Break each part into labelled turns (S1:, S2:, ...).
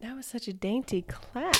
S1: That was such a dainty clap.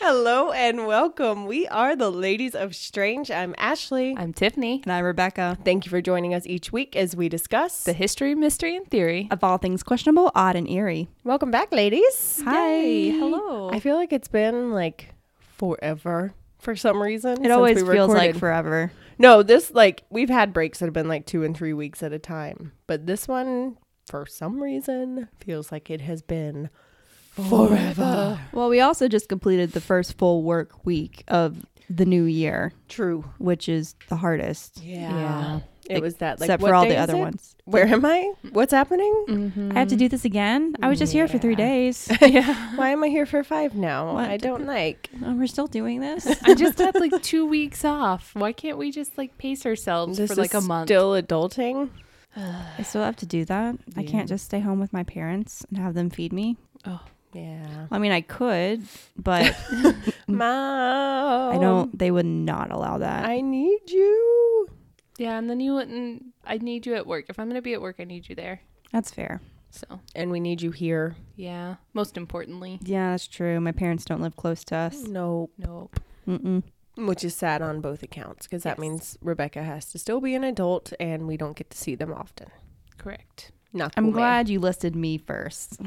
S1: Hello and welcome. We are the Ladies of Strange. I'm Ashley.
S2: I'm Tiffany.
S3: And I'm Rebecca.
S1: Thank you for joining us each week as we discuss.
S2: The history, mystery, and theory.
S3: Of all things questionable, odd, and eerie.
S1: Welcome back, ladies.
S3: Hi.
S2: hello.
S1: I feel like it's been like forever for some reason.
S3: It always feels like forever.
S1: No, this like we've had breaks that have been like two and three weeks at a time, but this one for some reason feels like it has been forever.
S3: Well, we also just completed the first full work week of the new year,
S1: True.
S3: which is the hardest,
S1: Yeah. It
S3: Like,
S1: was that like
S3: except
S1: what
S3: for all
S1: day
S3: the
S1: is
S3: other
S1: it?
S3: ones.
S1: Where am I? What's happening?
S3: I have to do this again. I was just here for three days.
S1: Why am I here for five now?
S3: What?
S1: I don't like.
S3: oh, we're still doing this.
S2: I just had like two weeks off. Why can't we just like pace ourselves
S1: This
S2: for like a
S1: is
S2: month?
S1: still adulting.
S3: I still have to do that. I can't just stay home with my parents and have them feed me.
S1: Yeah.
S3: I mean, I could, but
S1: Mom.
S3: I don't. uh, They would not allow that.
S1: I need you.
S2: yeah, and then you wouldn't. I need you at work. If I'm gonna be at work, I need you there.
S3: That's fair.
S2: So
S1: And we need you here.
S2: yeah, most importantly,
S3: Yeah, that's true. My parents don't live close to us.
S1: No.
S2: nope.
S1: Mm.
S3: Mm-mm.
S1: Oh, Which is sad on both accounts because that
S2: Yes.
S1: means Rebecca has to still be an adult and we don't get to see them often.
S2: Correct.
S1: Not
S3: I'm
S1: cool, man.
S3: glad you listed me first.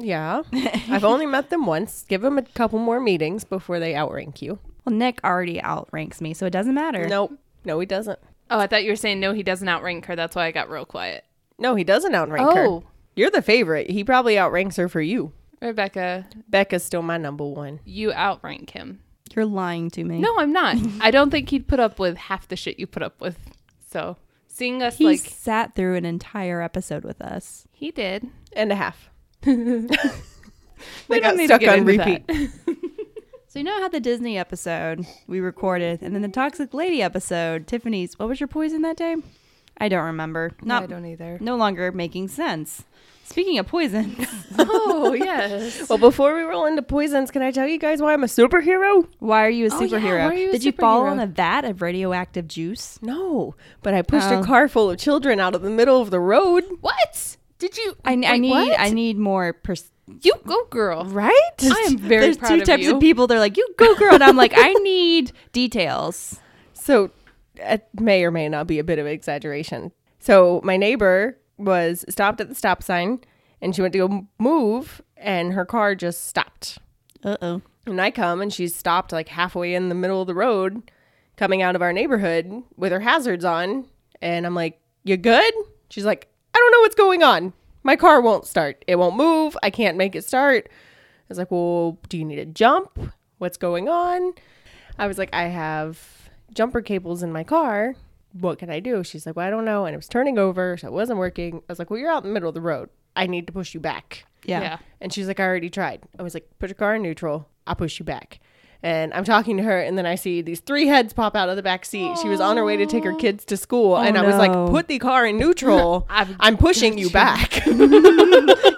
S1: Yeah. I've only met them once. Give them a couple more meetings before they outrank you.
S3: Well, Nick already outranks me, so it doesn't matter.
S1: Nope. No, he doesn't.
S2: Oh, I thought you were saying no. He doesn't outrank her. That's why I got real quiet.
S1: No, he doesn't outrank
S2: Oh,
S1: her. You're the favorite. He probably outranks her for you.
S2: Rebecca,
S1: Becca's still my number one.
S2: you outrank him.
S3: You're lying to me.
S2: No, I'm not. I don't think he'd put up with half the shit you put up with. So seeing us
S3: he
S2: like
S3: sat through an entire episode with us.
S2: he did.
S1: And a half.
S2: We
S1: They
S2: don't
S1: got
S2: need to
S1: stuck
S2: get
S1: on
S2: into
S1: repeat.
S2: that.
S3: So you know how the Disney episode we recorded, and then the Toxic Lady episode, Tiffany's. What was your poison that day? I don't remember. Not
S2: I don't either.
S3: no longer making sense. Speaking of poison,
S2: Oh yes.
S1: Well, before we roll into poisons, can I tell you guys why I'm a superhero?
S3: why are you a
S2: Oh, yeah,
S3: superhero?
S2: why are you a
S3: Did you fall
S2: superhero?
S3: on a vat of radioactive juice?
S1: No, but I pushed
S3: Oh.
S1: a car full of children out of the middle of the road.
S2: what? Did you?
S3: I, I
S2: wait,
S3: need
S2: what?
S3: I need more. Pers-
S2: you go, girl.
S1: Right?
S2: I am very
S3: There's
S2: proud
S3: two
S2: of
S3: types
S2: you.
S3: of people. They're like, you go, girl, and I'm like, I need details.
S1: So it may or may not be a bit of exaggeration. So my neighbor was stopped at the stop sign and she went to go move and her car just stopped.
S3: Uh oh.
S1: And I come and she's stopped like halfway in the middle of the road coming out of our neighborhood with her hazards on. And I'm like, You good? She's like, I don't know what's going on. My car won't start. It won't move. I can't make it start. I was like, Well, do you need a jump? What's going on? I was like, I have jumper cables in my car. What can I do? She's like, Well, I don't know. And it was turning over, so it wasn't working. I was like, Well, you're out in the middle of the road. I need to push you back.
S3: Yeah.
S1: And she's like, I already tried. I was like, put your car in neutral. I'll push you back. And I'm talking to her, and then I see these three heads pop out of the back seat. She was on her way to take her kids to school, and I was
S3: no.
S1: like, put the car in neutral.
S2: I've
S1: I'm pushing you back.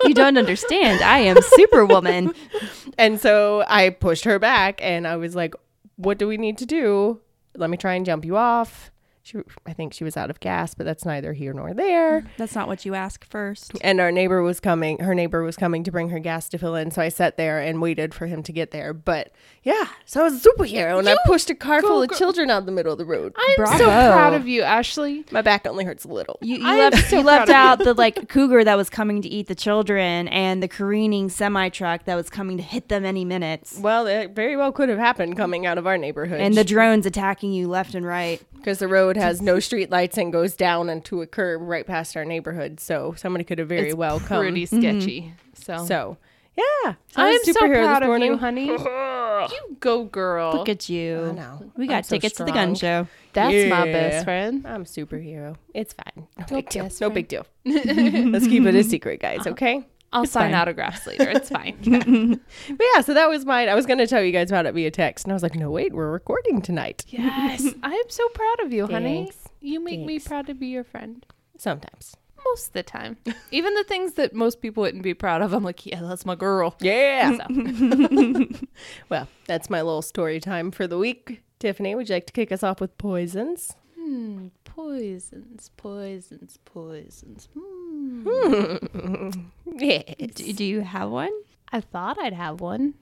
S3: you don't understand. I am Superwoman.
S1: and so I pushed her back, and I was like, what do we need to do? Let me try and jump you off. She, I think she was out of gas, but that's neither here nor there.
S3: That's not what you ask first.
S1: and our neighbor was coming her neighbor was coming to bring her gas to fill in so i sat there and waited for him to get there but yeah so i was a superhero and i pushed a car full of children out of the middle of the road
S2: I'm so
S3: Bravo.
S2: proud of you, Ashley.
S1: my back only hurts a little
S3: You, you
S2: I'm
S3: left,
S2: so
S3: you
S2: proud
S3: left
S2: of you.
S3: out the like cougar that was coming to eat the children and the careening semi truck that was coming to hit them any minutes
S1: well it very well could have happened coming out of our neighborhood
S3: and the drones attacking you left and right.
S1: because the road has no street lights and goes down into a curb right past our neighborhood so somebody could have very
S2: It's
S1: well come
S2: Pretty sketchy. So,
S1: so yeah
S2: I'm
S1: was a
S2: so
S1: superhero
S2: proud
S1: this
S2: of you,
S1: morning.
S2: honey. you go, girl.
S3: Look at you.
S1: know.
S3: We got
S1: I'm so
S3: tickets to the gun show.
S2: That's
S1: Yeah.
S2: my best friend.
S1: I'm a superhero. It's fine. No
S2: Don't
S1: big deal.
S2: guess,
S1: No
S2: friend.
S3: Uh-huh.
S1: big deal. Let's keep it a secret, guys. Okay.
S2: I'll
S3: It's
S2: sign
S3: fine.
S2: autographs later. It's fine. Yeah.
S1: But yeah, so that was mine. I was going to tell you guys about it via text, and I was like, no, wait, we're recording tonight.
S2: yes. I am so proud of you, honey.
S1: Thanks.
S2: You make me
S1: Thanks.
S2: proud to be your friend.
S1: Sometimes.
S2: Most of the time. Even the things that most people wouldn't be proud of, I'm like, yeah, that's my girl.
S1: Yeah.
S2: So,
S1: well, that's my little story time for the week. Tiffany, would you like to kick us off with poisons?
S2: hmm, poisons, poisons, poisons. Hmm.
S1: Yes.
S3: Do, do you have one?
S2: I thought I'd have one.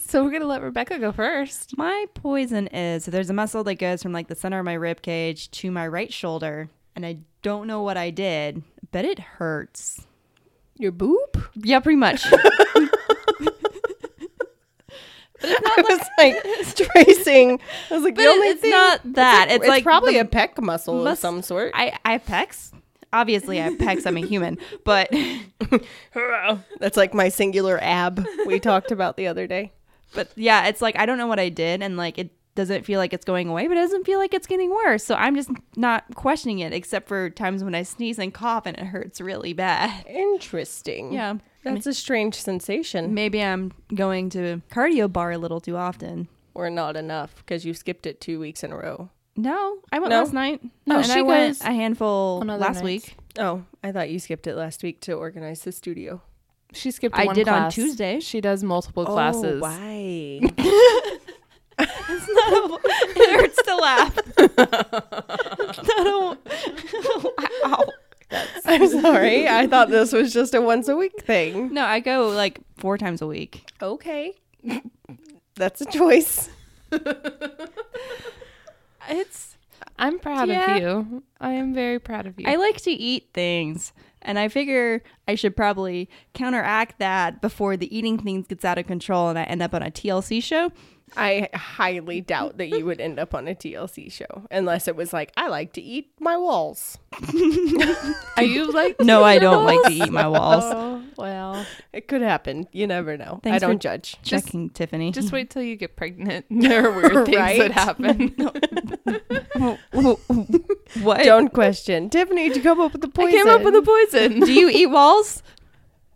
S2: so we're going to let Rebecca go first.
S3: My poison is so there's a muscle that goes from like the center of my rib cage to my right shoulder, and I don't know what I did, but it hurts.
S1: Your boob?
S3: Yeah, pretty much.
S1: I was like tracing. I was like,
S3: but
S1: the only
S3: it's
S1: thing.
S3: not that. It's,
S1: it's
S3: like
S1: probably
S3: the-
S1: a pec muscle of
S3: mus-
S1: some sort.
S3: I I have pecs. Obviously, I have pecs. I'm a human, but
S1: That's like my singular ab we talked about the other day.
S3: but yeah, it's like I don't know what I did, and like it doesn't feel like it's going away, but it doesn't feel like it's getting worse. So I'm just not questioning it, except for times when I sneeze and cough and it hurts really bad.
S1: Interesting.
S3: Yeah.
S1: That's a strange sensation.
S3: Maybe I'm going to cardio bar a little too often.
S1: Or not enough because you skipped it two weeks in a row.
S3: No, I went
S1: No?
S3: last night.
S2: No,
S3: and
S2: she
S3: I went
S2: goes
S3: a handful
S2: on other
S3: last
S2: nights.
S3: week.
S1: Oh, I thought you skipped it last week to organize the studio.
S2: She skipped
S3: I
S2: one
S3: did on
S2: class. Oh,
S3: Tuesday.
S2: She does multiple classes.
S1: Oh, why?
S3: it hurts to laugh. no, wow.
S1: I'm sorry. I thought this was just a once a week thing.
S3: No, I go like four times a week.
S1: Okay. That's a choice.
S3: It's
S2: I'm proud
S3: Yeah.
S2: of you. I am very proud of you.
S3: I like to eat things, and I figure I should probably counteract that before the eating things gets out of control and I end up on a TLC show.
S1: I highly doubt that you would end up on a TLC show unless it was like, I like to eat my walls.
S2: Are you like?
S3: No, I don't like to eat my walls.
S2: Oh well,
S1: It could happen. You never know.
S3: Thanks
S1: I
S3: for-
S1: don't judge.
S2: Just-
S3: Checking Tiffany.
S2: just wait till you get pregnant. There are weird things
S1: Right?
S2: that happen.
S3: what?
S1: Don't question. Tiffany, did you come up with the
S2: I
S1: poison?
S2: came up with a poison.
S3: Do you eat walls?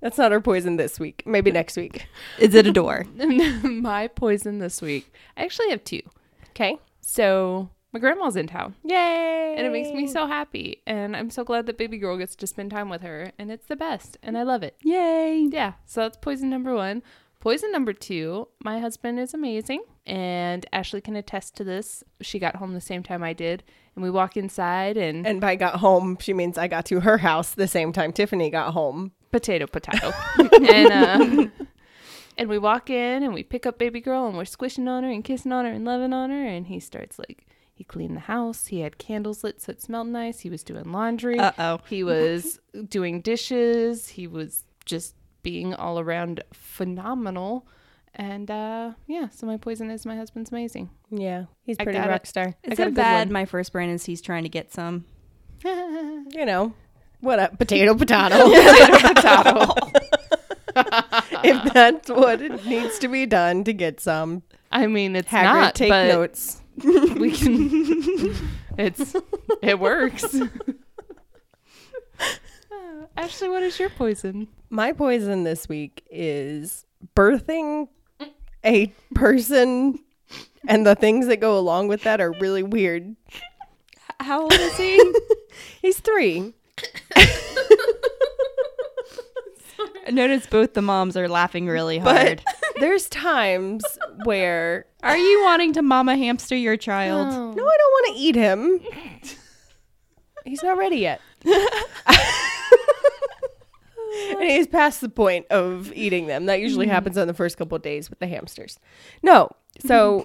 S1: That's not our poison this week. Maybe next week.
S3: Is it a door?
S2: my poison this week. I actually have two.
S1: Okay.
S2: So my grandma's in town,
S1: Yay.
S2: and it makes me so happy, and I'm so glad that baby girl gets to spend time with her, and it's the best, and I love it.
S3: Yay!
S2: Yeah, so that's poison number one. Poison number two, my husband is amazing, and Ashley can attest to this. She got home the same time I did, and we walk inside and
S1: And by got home, she means I got to her house the same time Tiffany got home.
S2: potato, potato. and, uh, and we walk in and we pick up baby girl, and we're squishing on her and kissing on her and loving on her, and he starts like, he cleaned the house. He had candles lit so it smelled nice. He was doing laundry.
S3: Uh oh.
S2: He was doing dishes. He was just being all around phenomenal. And uh, yeah, so my poison is my husband's amazing.
S1: Yeah. He's
S2: I
S1: pretty
S2: got it.
S1: rock star.
S2: got a
S3: It's so
S2: good
S3: bad
S2: one.
S3: my first brand is he's trying to get some.
S1: You know, what a potato potato. if that's what it needs to be done to get some.
S2: I mean, it's
S1: Haggard,
S2: not,
S1: take
S2: but
S1: notes.
S2: we can. it's it works. Uh, Ashley, what is your poison?
S1: My poison this week is birthing a person, and the things that go along with that are really weird.
S3: How old is he?
S1: He's three.
S3: I noticed both the moms are laughing really hard.
S1: But there's times where
S3: are you wanting to mama hamster your child?
S1: no, I don't want to eat him. He's not ready yet. and he's past the point of eating them. That usually happens on the first couple of days with the hamsters. No. So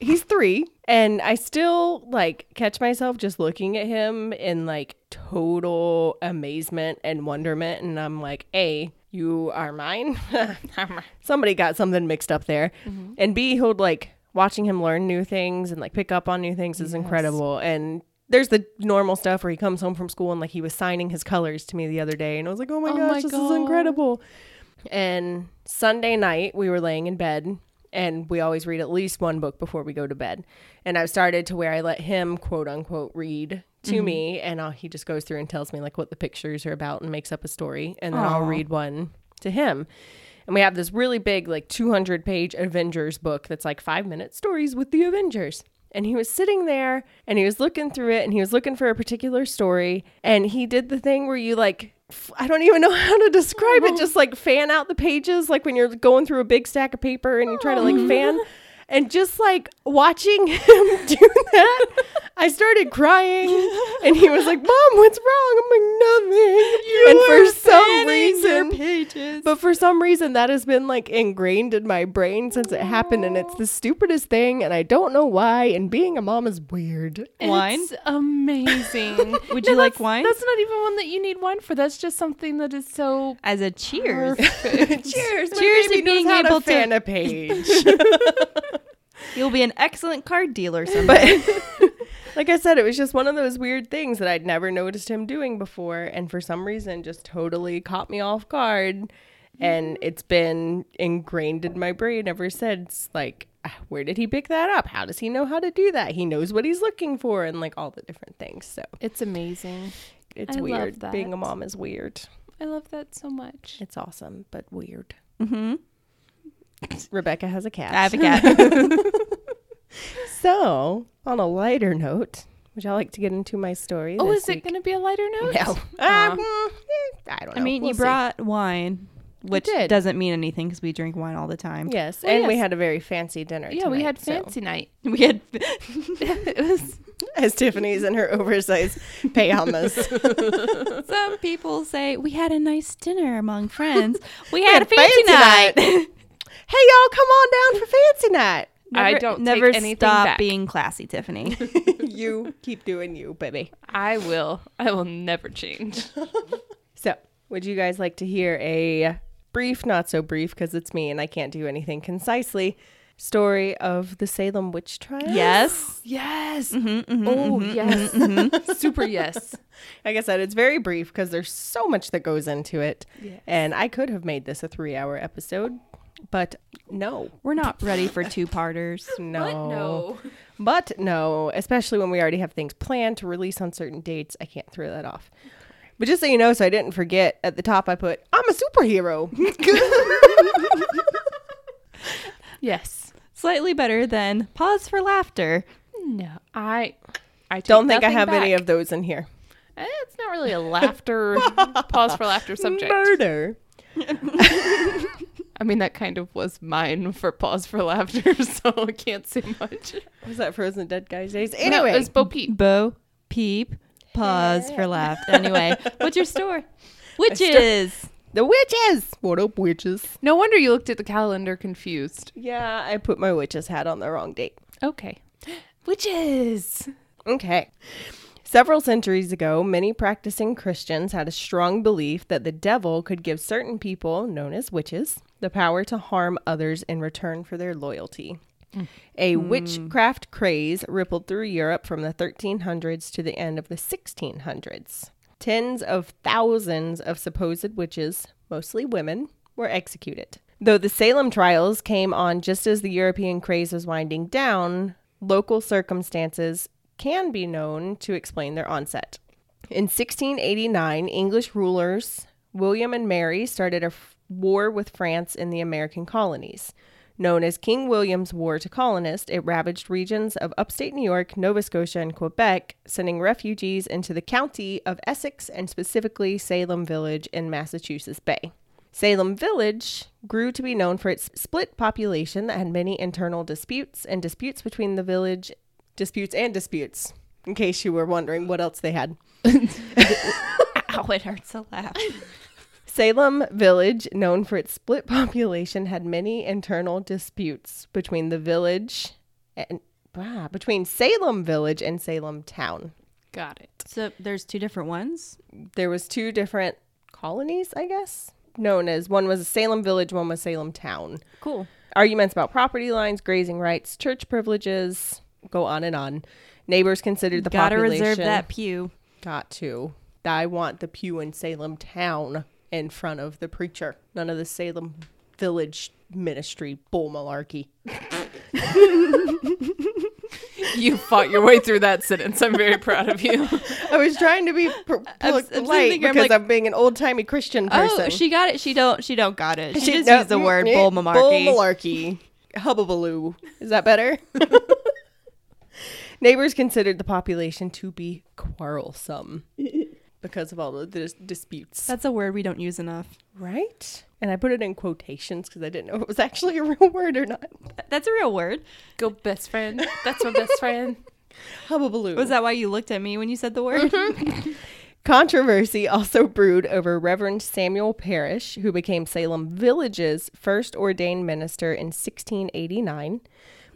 S1: he's 3 and I still like catch myself just looking at him in like total amazement and wonderment and I'm like, "A, you are mine." somebody got something mixed up there. And B, he'll like watching him learn new things and like pick up on new things is incredible. And there's the normal stuff where he comes home from school and like he was signing his colors to me the other day, and I was like, oh my
S2: Oh
S1: gosh,
S2: my
S1: this is
S2: God.
S1: incredible. And Sunday night, we were laying in bed. And we always read at least one book before we go to bed. And I've started to where I let him, quote unquote, read to me, and I'll, he just goes through and tells me like what the pictures are about and makes up a story, and then I'll read one to him. And we have this really big, like 200 page Avengers book that's like five minute stories with the Avengers. And he was sitting there and he was looking through it and he was looking for a particular story. And he did the thing where you like, f- I don't even know how to describe it, just like fan out the pages, like when you're going through a big stack of paper and you try to like fan. And just like watching him do that, I started crying. And he was like, Mom, what's wrong? I'm like, nothing. and for some reason,
S3: pages.
S1: but for some reason, that has been like ingrained in my brain since it happened, and it's the stupidest thing, and I don't know why. And being a mom is weird.
S3: Wine?
S2: It's amazing.
S3: Would you like
S2: that's-
S3: wine?
S2: That's not even one that you need wine for. That's just something that is so
S3: As a cheers.
S2: perfect.
S1: Cheers!
S3: Cheers to being able to-
S1: fan a page.
S3: You'll be an excellent card dealer someday.
S1: but like I said, it was just one of those weird things that I'd never noticed him doing before, and for some reason, just totally caught me off guard. And it's been ingrained in my brain ever since. Like, ah, where did he pick that up? How does he know how to do that? He knows what he's looking for, and like all the different things. So
S2: It's amazing.
S1: it's
S2: I love
S1: weird.
S2: that.
S1: Being a mom is weird.
S2: I love that so much.
S1: It's awesome, but weird.
S3: mm-hmm.
S1: Rebecca has a cat.
S3: I have a cat.
S1: so, on a lighter note, would y'all like to get into my story?
S2: Oh,
S1: this
S2: is it
S1: week?
S2: going to be a lighter note?
S1: No.
S2: Aw.
S1: Um, eh, I don't know.
S3: I mean,
S1: We'll
S3: you
S1: see.
S3: brought wine, which
S1: did.
S3: doesn't mean anything because we drink wine all the time.
S1: Yes,
S2: Well,
S1: and we
S2: Oh, yes.
S1: had a very fancy dinner.
S2: Yeah, we
S1: tonight,
S2: had
S1: so-
S2: fancy night.
S3: We had
S2: it was
S1: as Tiffany's in her oversized pajamas.
S3: some people say we had a nice dinner among friends. We
S1: had
S3: had a fancy,
S1: fancy
S3: night.
S1: hey, y'all, come on down for fancy night.
S2: I
S3: Never-
S2: don't
S3: never
S2: take anything
S3: stop
S2: back.
S3: being classy, Tiffany.
S1: you keep doing you, baby.
S2: I will. I will never change.
S1: So, would you guys like to hear a brief, not so brief, because it's me and I can't do anything concisely, story of the Salem witch trial?
S3: yes.
S2: Yes. oh, yes. Super yes.
S1: Like I said, it's very brief because there's so much that goes into it.
S2: Yes.
S1: And I could have made this a three hour episode, but no.
S3: We're not ready for two parters.
S1: No.
S2: But no.
S1: But no, especially when we already have things planned to release on certain dates, I can't throw that off. But just so you know, so I didn't forget, at the top I put, I'm a superhero.
S2: Yes.
S3: Slightly better than pause for laughter.
S2: No. I. I take
S1: Don't think I
S2: nothing
S1: have any
S2: back.
S1: of those in here.
S2: Eh, It's not really a laughter pause for laughter subject.
S1: Murder.
S2: I mean, that kind of was mine for pause for laughter, so I can't say much.
S1: Was that Frozen Dead Guy's days?
S2: no,
S1: Anyway,
S2: it was Bo Peep.
S3: Bo peep. Pause for laughter. Anyway, what's your store? Witches.
S1: the witches. What up, witches?
S2: No wonder you looked at the calendar confused.
S1: Yeah, I put my witches hat on the wrong date.
S2: Okay. Witches.
S1: Okay. Several centuries ago, many practicing Christians had a strong belief that the devil could give certain people, known as witches, the power to harm others in return for their loyalty. A witchcraft craze rippled through Europe from the 1300s to the end of the 1600s. Tens of thousands of supposed witches, mostly women, were executed. Though the Salem trials came on just as the European craze was winding down, local circumstances can be known to explain their onset. In 1689, English rulers William and Mary started a f- war with France in the American colonies. Known as King William's War to Colonists, it ravaged regions of upstate New York, Nova Scotia, and Quebec, sending refugees into the county of Essex and specifically Salem Village in Massachusetts Bay. Salem Village grew to be known for its split population that had many internal disputes and disputes between the village disputes and disputes. In case you were wondering what else they had.
S3: Ow, it hurts to laugh.
S1: Salem Village, known for its split population, had many internal disputes between the village and ah, between Salem Village and Salem Town.
S2: Got it.
S3: So there's two different ones.
S1: There was two different colonies, I guess, known as one was Salem Village, one was Salem Town.
S3: Cool.
S1: Arguments about property lines, grazing rights, church privileges go on and on. Neighbors considered the
S3: Gotta
S1: population.
S3: reserve that pew.
S1: Got to. I want the pew in Salem town in front of the preacher. None of the Salem village ministry bull malarkey.
S2: You fought your way through that sentence. I'm very proud of you.
S1: I was trying to be pr- pl-
S3: I'm s- I'm sitting
S1: polite
S3: thinking, I'm
S1: because
S3: like-
S1: I'm being an old timey Christian person.
S3: Oh, she got it. She don't. She don't got it. She, just
S1: no,
S3: used the
S1: mm,
S3: word
S1: mm,
S3: bull malarkey.
S1: Bull malarkey. Hubbabaloo. Is that better? Neighbors considered the population to be quarrelsome because of all of the dis- disputes.
S3: That's a word we don't use enough.
S1: right? And I put it in quotations because I didn't know if it was actually a real word or not.
S3: That's a real word.
S2: Go best friend. That's my best friend.
S1: Hubbabaloo.
S3: Was that why you looked at me when you said the word?
S1: Mm-hmm. Controversy also brewed over Reverend Samuel Parrish, who became Salem Village's first ordained minister in 1689,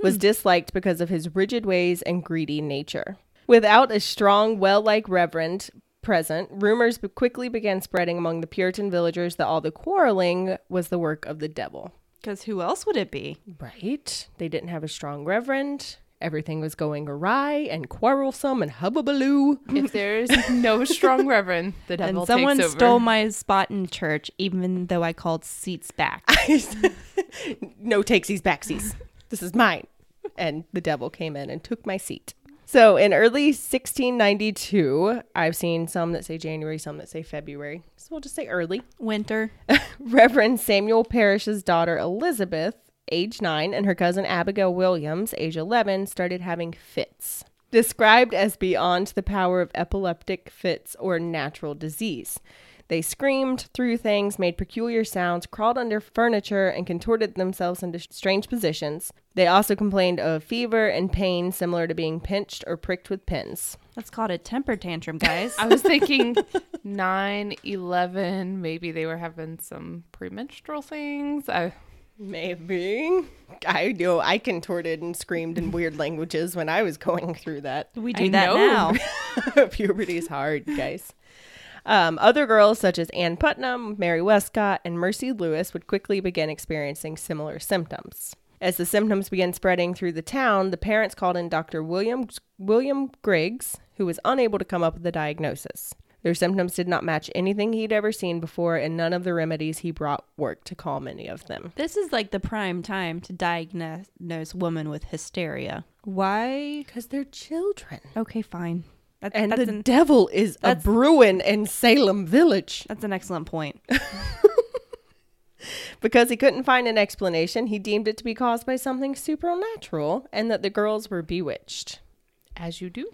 S1: was disliked because of his rigid ways and greedy nature. Without a strong, well liked reverend present, rumors be- quickly began spreading among the Puritan villagers that all the quarreling was the work of the devil.
S3: Because who else would it be?
S1: Right? They didn't have a strong reverend. Everything was going awry and quarrelsome and hubbabaloo.
S2: If there is no strong reverend, the devil
S3: and someone
S2: takes over.
S3: stole my spot in church, even though I called seats back.
S1: no takesies backsies. This is mine. And the devil came in and took my seat. So in early 1692, I've seen some that say January, some that say February. So we'll just say early.
S3: Winter.
S1: Reverend Samuel Parrish's daughter Elizabeth, age nine, and her cousin Abigail Williams, age 11, started having fits, described as beyond the power of epileptic fits or natural disease. They screamed, threw things, made peculiar sounds, crawled under furniture, and contorted themselves into strange positions. They also complained of fever and pain similar to being pinched or pricked with pins.
S3: That's called a temper tantrum, guys.
S2: I was thinking 9, 11. Maybe they were having some premenstrual things. I,
S1: Maybe. I know I contorted and screamed in weird languages when I was going through that.
S3: we do
S2: I
S3: that
S2: know.
S3: now.
S1: Puberty is hard, guys. Um, other girls such as Ann Putnam, Mary Westcott, and Mercy Lewis would quickly begin experiencing similar symptoms. As the symptoms began spreading through the town, the parents called in Dr. William William Griggs, who was unable to come up with a diagnosis. Their symptoms did not match anything he'd ever seen before, and none of the remedies he brought worked to calm any of them.
S3: This is like the prime time to diagnose women with hysteria. Why?
S1: Because they're children.
S3: Okay, fine. That,
S1: And
S3: that's,
S1: the
S3: an,
S1: devil is a
S3: that's-
S1: Bruin in Salem Village.
S3: that's an excellent point.
S1: Because he couldn't find an explanation, he deemed it to be caused by something supernatural and that the girls were bewitched,
S2: as you do.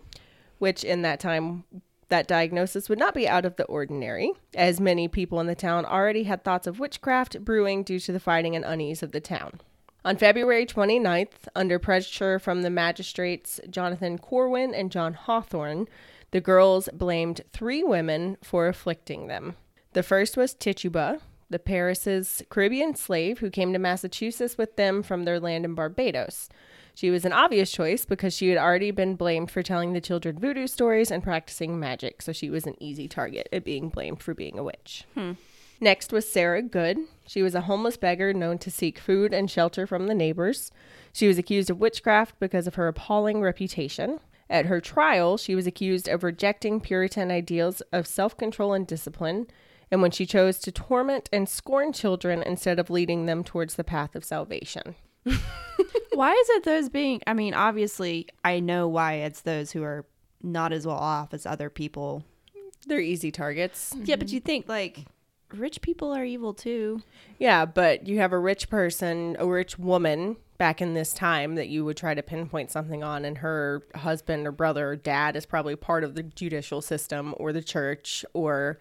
S1: which in that time, that diagnosis would not be out of the ordinary, as many people in the town already had thoughts of witchcraft brewing due to the fighting and unease of the town. On February 29th, under pressure from the magistrates Jonathan Corwin and John Hawthorne, the girls blamed three women for afflicting them. The first was Tituba, the Paris's Caribbean slave who came to Massachusetts with them from their land in Barbados. She was an obvious choice because she had already been blamed for telling the children voodoo stories and practicing magic, so she was an easy target at being blamed for being a witch. Next was Sarah Good. She was a homeless beggar known to seek food and shelter from the neighbors. She was accused of witchcraft because of her appalling reputation. At her trial, she was accused of rejecting Puritan ideals of self control and discipline, and when she chose to torment and scorn children instead of leading them towards the path of salvation.
S3: why is it those being i mean obviously i know why it's those who are not as well off as other people
S1: They're easy targets.
S3: yeah but you think like rich people are evil too
S1: Yeah, but you have a rich person, a rich woman back in this time that you would try to pinpoint something on, and her husband or brother or dad is probably part of the judicial system or the church or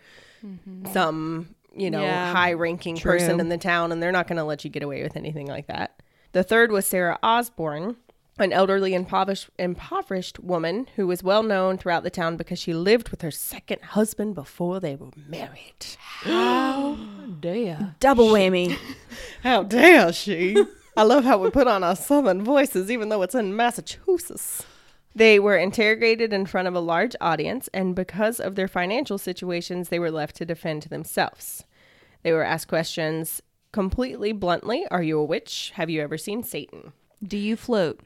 S1: some, you know,
S3: Yeah.
S1: high ranking person in the town, and they're not going to let you get away with anything like that. The third was Sarah Osborne, an elderly, impoverished, impoverished woman who was well known throughout the town because she lived with her second husband before they were married.
S2: Dea.
S3: double whammy
S1: How dare she? I love how we put on our southern voices, even though it's in Massachusetts. They were interrogated in front of a large audience, and because of their financial situations, they were left to defend themselves. They were asked questions completely bluntly Are you a witch? Have you ever seen Satan?
S3: do you float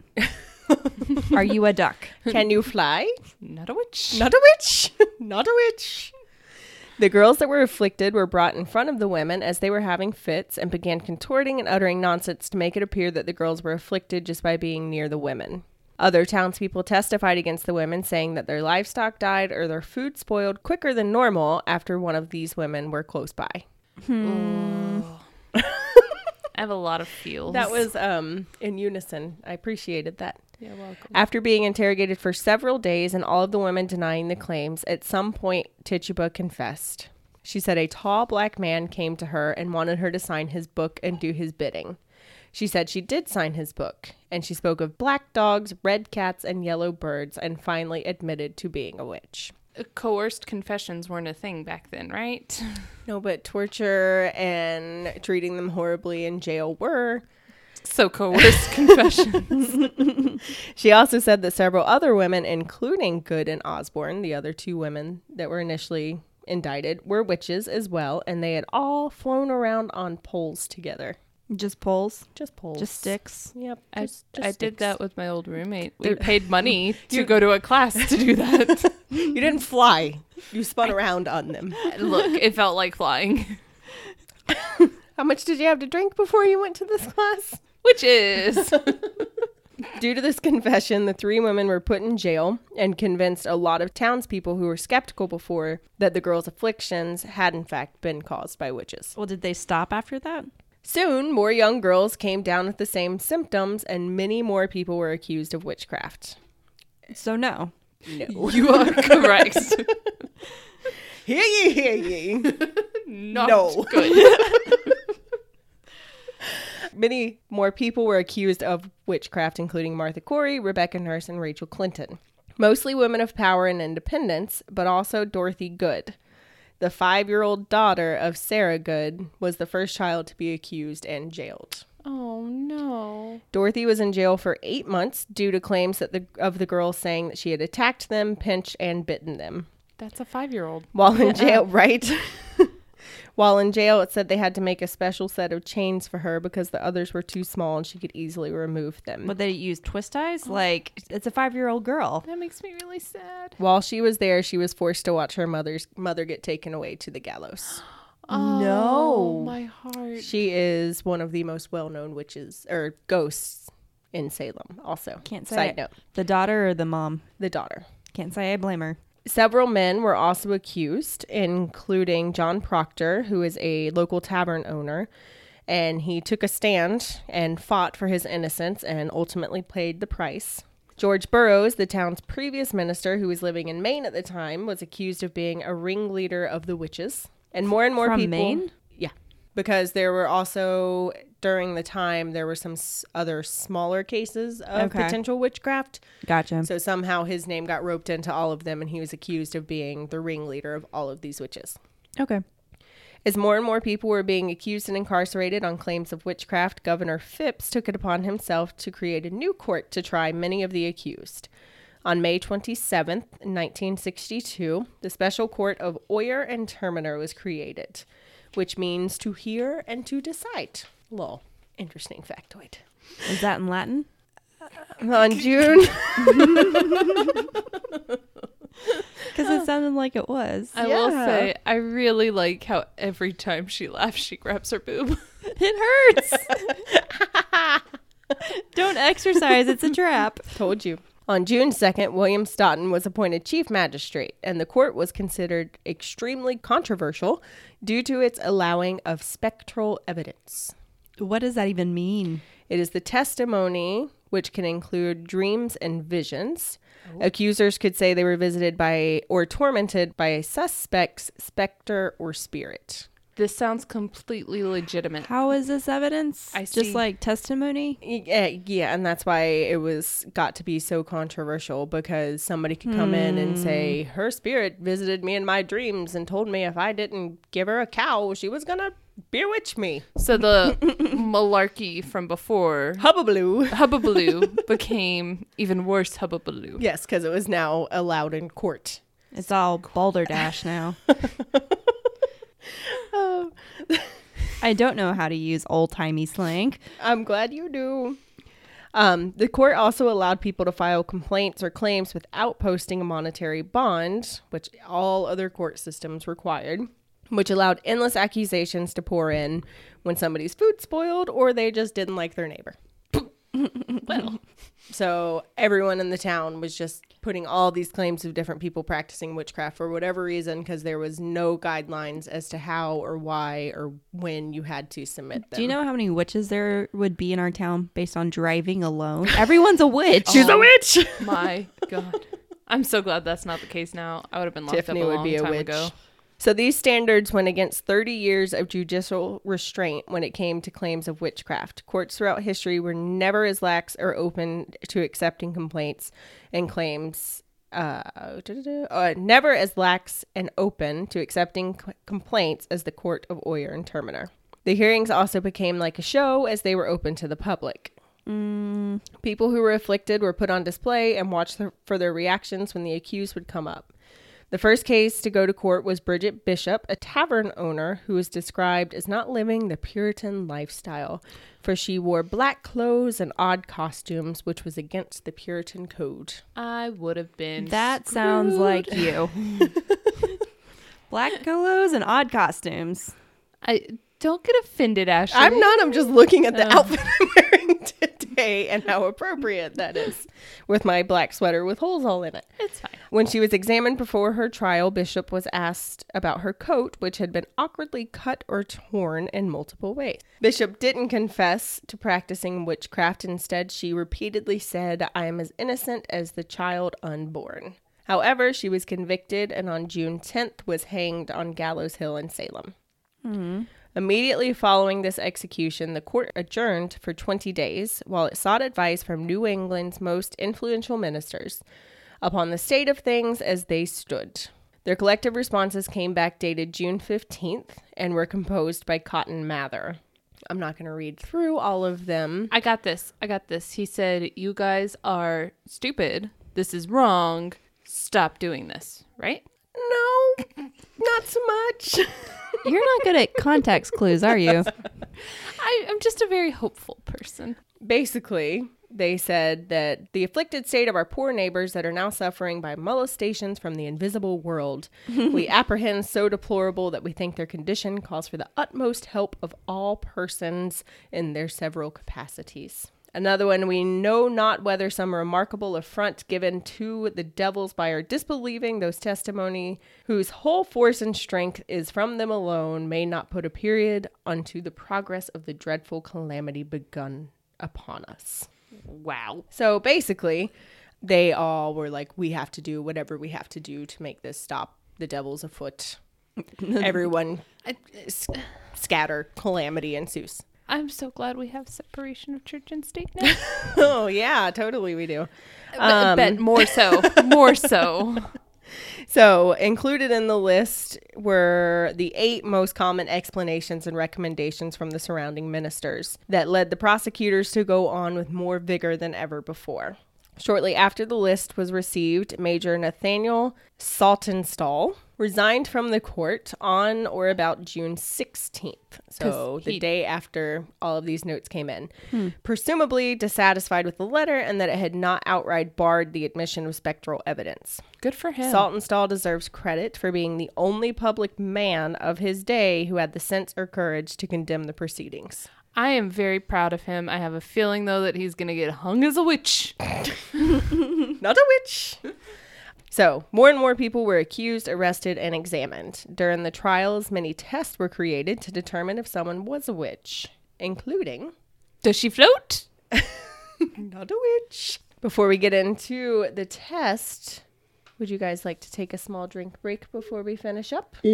S3: are you a duck
S1: Can you fly?
S2: Not a witch.
S1: Not a witch. Not a witch. The girls that were afflicted were brought in front of the women as they were having fits and began contorting and uttering nonsense to make it appear that the girls were afflicted just by being near the women. Other townspeople testified against the women, saying that their livestock died or their food spoiled quicker than normal after one of these women were close by.
S2: I have a lot of feels.
S1: That was um, in unison. I appreciated that.
S2: yeah, welcome.
S1: After being interrogated for several days and all of the women denying the claims, at some point Tituba confessed. She said a tall black man came to her and wanted her to sign his book and do his bidding. She said she did sign his book, and she spoke of black dogs, red cats, and yellow birds, and finally admitted to being a witch.
S2: Uh, Coerced confessions weren't a thing back then, right?
S1: No, but torture and treating them horribly in jail were.
S2: So coerced confession.
S1: She also said that several other women, including Good and Osborne, the other two women that were initially indicted, were witches as well, and they had all flown around on poles together.
S3: Just poles,
S1: Just poles.
S3: just sticks.
S1: Yep.
S2: I,
S1: just- just
S2: I did
S1: sticks.
S2: that with my old roommate. We paid money to go to a class to do that.
S1: You didn't fly. You spun around on them.
S2: Look, it felt like flying.
S1: How much did you have to drink before you went to this class?
S2: Which is
S1: Due to this confession, the three women were put in jail and convinced a lot of townspeople who were skeptical before that the girls' afflictions had in fact been caused by witches.
S3: Well, did they stop after that?
S1: Soon, more young girls came down with the same symptoms, and many more people were accused of witchcraft.
S3: So no.
S1: No.
S2: you are correct.
S1: Hear ye, hear ye.
S2: Not
S1: No.
S2: good.
S1: many more people were accused of witchcraft, including Martha Corey, Rebecca Nurse, and Rachel Clinton. Mostly women of power and independence, but also Dorothy Good. The five year old daughter of Sarah Good was the first child to be accused and jailed.
S2: Oh no.
S1: Dorothy was in jail for eight months due to claims that the, of the girls saying that she had attacked them, pinched, and bitten them.
S2: That's a five year old.
S1: While in jail, right? While in jail, it said they had to make a special set of chains for her because the others were too small and she could easily remove them.
S3: Would they use twist ties? Like it's a five-year-old girl.
S2: That makes me really sad.
S1: While she was there, she was forced to watch her mother's mother get taken away to the gallows.
S2: Oh,
S3: No.
S2: My heart.
S1: She is one of the most well-known witches or ghosts in Salem. Also,
S3: Can't say
S1: side
S3: it.
S1: note:
S3: The daughter or the mom?
S1: the daughter.
S3: Can't say I blame her.
S1: Several men were also accused, including John Proctor, who is a local tavern owner, and he took a stand and fought for his innocence and ultimately paid the price. George Burroughs, the town's previous minister who was living in Maine at the time, was accused of being a ringleader of the witches. And more and more
S3: From
S1: people
S3: Maine?
S1: Yeah. Because there were also during the time there were some s- other smaller cases of
S3: Okay.
S1: potential witchcraft.
S3: Gotcha.
S1: So somehow his name got roped into all of them, and he was accused of being the ringleader of all of these witches.
S3: okay.
S1: As more and more people were being accused and incarcerated on claims of witchcraft, Governor Phipps took it upon himself to create a new court to try many of the accused. On May 27th, 1962, the Special Court of Oyer and Terminer was created, which means to hear and to decide. Lol. Interesting factoid.
S3: Is that in Latin?
S1: On June
S3: Because it sounded like it was.
S2: I will
S1: Yeah.
S2: say, I really like how every time she laughs, she grabs her boob.
S3: It hurts. Don't exercise. It's a trap.
S1: Told you. On June 2nd, William Stoughton was appointed chief magistrate, and the court was considered extremely controversial due to its allowing of spectral evidence.
S3: What does that even mean?
S1: It is the testimony, which can include dreams and visions. Accusers could say they were visited by or tormented by a suspect's specter or spirit.
S2: This sounds completely legitimate.
S3: How is this evidence?
S2: I see.
S3: Just like testimony.
S1: Yeah, yeah, and that's why it was got to be so controversial because somebody could come in and say her spirit visited me in my dreams and told me if I didn't give her a cow, she was gonna bewitch me.
S2: So the malarkey from before,
S1: Hubbabaloo.
S2: Hubbabaloo, became even worse Hubbabaloo.
S1: Yes, because it was now allowed in court.
S3: It's all balderdash now. I don't know how to use old timey slang.
S1: I'm glad you do. Um, the court also allowed people to file complaints or claims without posting a monetary bond, which all other court systems required, which allowed endless accusations to pour in when somebody's food spoiled or they just didn't like their neighbor.
S2: well,
S1: So everyone in the town was just putting all these claims of different people practicing witchcraft for whatever reason because there was no guidelines as to how or why or when you had to submit them.
S3: Do you know how many witches there would be in our town based on driving alone? Everyone's a witch. Oh,
S1: She's a witch.
S2: my God. I'm so glad that's not the case now. I would have been locked
S1: Tiffany
S2: up a
S1: would
S2: long
S1: be a
S2: time
S1: witch.
S2: ago.
S1: So these standards went against 30 years of judicial restraint when it came to claims of witchcraft. Courts throughout history were never as lax or open to accepting complaints and claims. Uh, da-da-da, uh, never as lax and open to accepting c- complaints as the court of Oyer and Terminer. The hearings also became like a show as they were open to the public. People who were afflicted were put on display and watched th- for their reactions when the accused would come up. The first case to go to court was Bridget Bishop, a tavern owner who was described as not living the Puritan lifestyle, for she wore black clothes and odd costumes, which was against the Puritan code.
S2: I would have been.
S3: That sounds like you. Black clothes and odd costumes.
S2: I don't get offended, Ashley.
S1: I'm not, I'm just looking at the outfit I'm wearing today and how appropriate that is with my black sweater with holes all in it.
S2: It's fine.
S1: When she was examined before her trial, Bishop was asked about her coat, which had been awkwardly cut or torn in multiple ways. Bishop didn't confess to practicing witchcraft. Instead, she repeatedly said, I am as innocent as the child unborn. However, she was convicted and on June 10th was hanged on Gallows Hill in Salem. Immediately following this execution, the court adjourned for 20 days while it sought advice from New England's most influential ministers upon the state of things as they stood. Their collective responses came back dated June 15th and were composed by Cotton Mather. I'm not going to read through all of them.
S2: I got this. I got this. He said, You guys are stupid. This is wrong. Stop doing this, right?
S1: No, not so much.
S3: You're not good at context clues, are you?
S2: I, I'm just a very hopeful person.
S1: basically, they said that the afflicted state of our poor neighbors that are now suffering by molestations from the invisible world, we apprehend so deplorable that we think their condition calls for the utmost help of all persons in their several capacities. Another one, we know not whether some remarkable affront given to the devils by our disbelieving those testimony whose whole force and strength is from them alone may not put a period unto the progress of the dreadful calamity begun upon us.
S2: Wow.
S1: So basically, they all were like, we have to do whatever we have to do to make this stop. The devil's afoot. Everyone s- scatter, calamity ensues.
S2: I'm so glad we have separation of church and state now.
S1: Oh, yeah, totally, we do.
S2: but, but more so. More so.
S1: So, included in the list were the eight most common explanations and recommendations from the surrounding ministers that led the prosecutors to go on with more vigor than ever before. Shortly after the list was received, Major Nathaniel Saltonstall resigned from the court on or about June 16th. So, the
S2: he-
S1: day after all of these notes came in, presumably dissatisfied with the letter and that it had not outright barred the admission of spectral evidence.
S2: Good for him.
S1: Saltonstall deserves credit for being the only public man of his day who had the sense or courage to condemn the proceedings.
S2: I am very proud of him. I have a feeling, though, that he's going to get hung as a witch.
S1: Not a witch. So, more and more people were accused, arrested, and examined. During the trials, many tests were created to determine if someone was a witch, including
S2: Does she float?
S1: not a witch. Before we get into the test, would you guys like to take a small drink break before we finish up?
S2: Yes.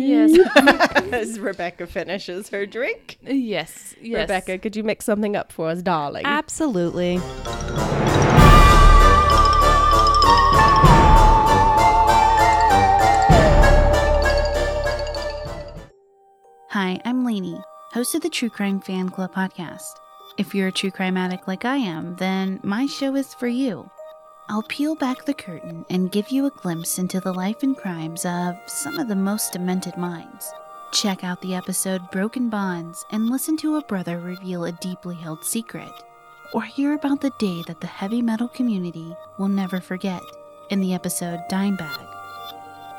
S1: As Rebecca finishes her drink.
S2: yes. Yes.
S1: Rebecca, could you mix something up for us, darling?
S3: Absolutely.
S4: Hi, I'm Lainey, host of the True Crime Fan Club podcast. If you're a true crime addict like I am, then my show is for you. I'll peel back the curtain and give you a glimpse into the life and crimes of some of the most demented minds. Check out the episode Broken Bonds and listen to a brother reveal a deeply held secret, or hear about the day that the heavy metal community will never forget in the episode Dimebag.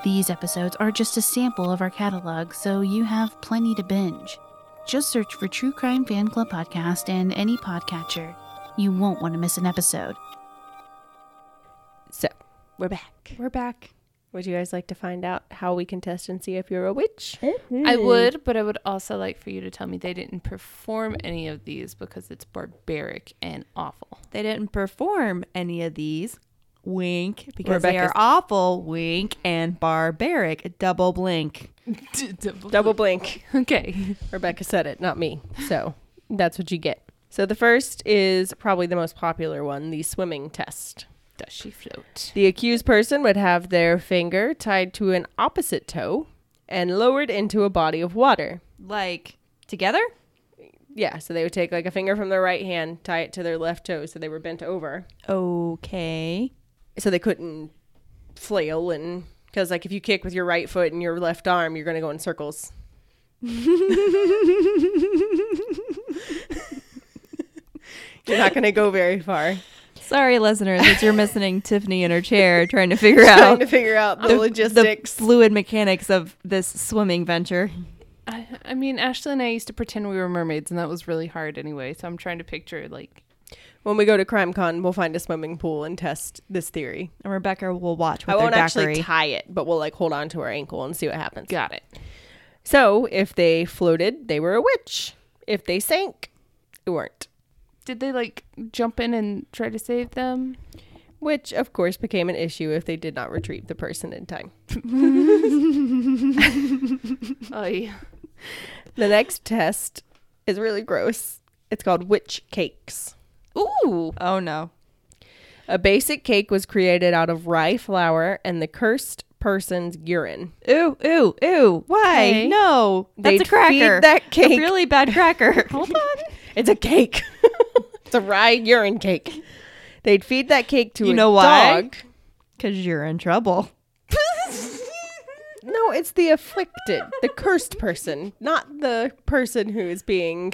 S4: These episodes are just a sample of our catalog, so you have plenty to binge. Just search for True Crime Fan Club Podcast and any podcatcher, You won't want to miss an episode.
S1: So we're back.
S3: We're back.
S1: Would you guys like to find out how we can test and see if you're a witch?
S2: I would, but I would also like for you to tell me they didn't perform any of these because it's barbaric and awful.
S3: They didn't perform any of these. Wink, because they
S1: Rebecca's-
S3: are awful. Wink and barbaric. Double blink.
S1: Double blink.
S2: Okay.
S1: Rebecca said it, not me. So that's what you get. So the first is probably the most popular one the swimming test.
S2: Does she float?
S1: The accused person would have their finger tied to an opposite toe and lowered into a body of water.
S3: Like together?
S1: Yeah, so they would take like a finger from their right hand, tie it to their left toe so they were bent over.
S3: Okay.
S1: So they couldn't flail and because like if you kick with your right foot and your left arm, you're going to go in circles. you're not going to go very far.
S3: Sorry, listeners, that you're missing Tiffany in her chair trying to figure
S1: Trying
S3: out
S1: to figure out the, logistics.
S3: the fluid mechanics of this swimming venture.
S2: I, I mean, Ashley and I used to pretend we were mermaids, and that was really hard anyway. So I'm trying to picture like
S1: when we go to CrimeCon, we'll find a swimming pool and test this theory.
S3: And Rebecca will watch with
S1: I
S3: her
S1: won't
S3: daiquiri.
S1: actually tie it, but we'll like hold on to her ankle and see what happens.
S2: got it.
S1: So if they floated, they were a witch. If they sank, they weren't.
S2: Did they like jump in and try to save them?
S1: Which of course became an issue if they did not retrieve the person in time.
S2: Oh yeah.
S1: The next test is really gross. It's called witch cakes.
S2: Ooh.
S3: oh no.
S1: A basic cake was created out of rye flour and the cursed person's urine.
S3: Ooh, ooh, oow. Why?
S2: Okay.
S3: No. That's
S1: They'd
S3: a cracker.
S1: feed that
S3: It's
S1: cake-
S3: A really bad cracker. Hold on.
S1: It's a cake. it's a rye urine cake. They'd feed that cake to
S3: You
S1: a
S3: know why?
S1: dog.
S3: Because you're in trouble.
S1: No, it's the afflicted, the cursed person, not the person who is being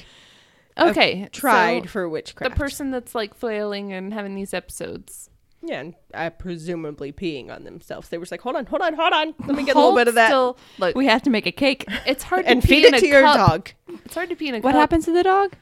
S2: Okay.
S1: tried
S2: so
S1: for
S2: the
S1: witchcraft.
S2: person that's like flailing and having these episodes.
S1: yeah, and uh, presumably peeing on themselves. They were just like, "Hold on, hold on, hold on. Let me get a little
S2: Hold
S1: bit of that."
S2: Still, look,
S3: We have to make a cake.
S2: it's hard to
S1: and
S2: pee
S1: feed
S2: in
S1: it
S2: a
S1: to your
S2: cup.
S1: dog.
S2: It's hard to pee in a
S3: What
S2: cup.
S3: happens to the dog?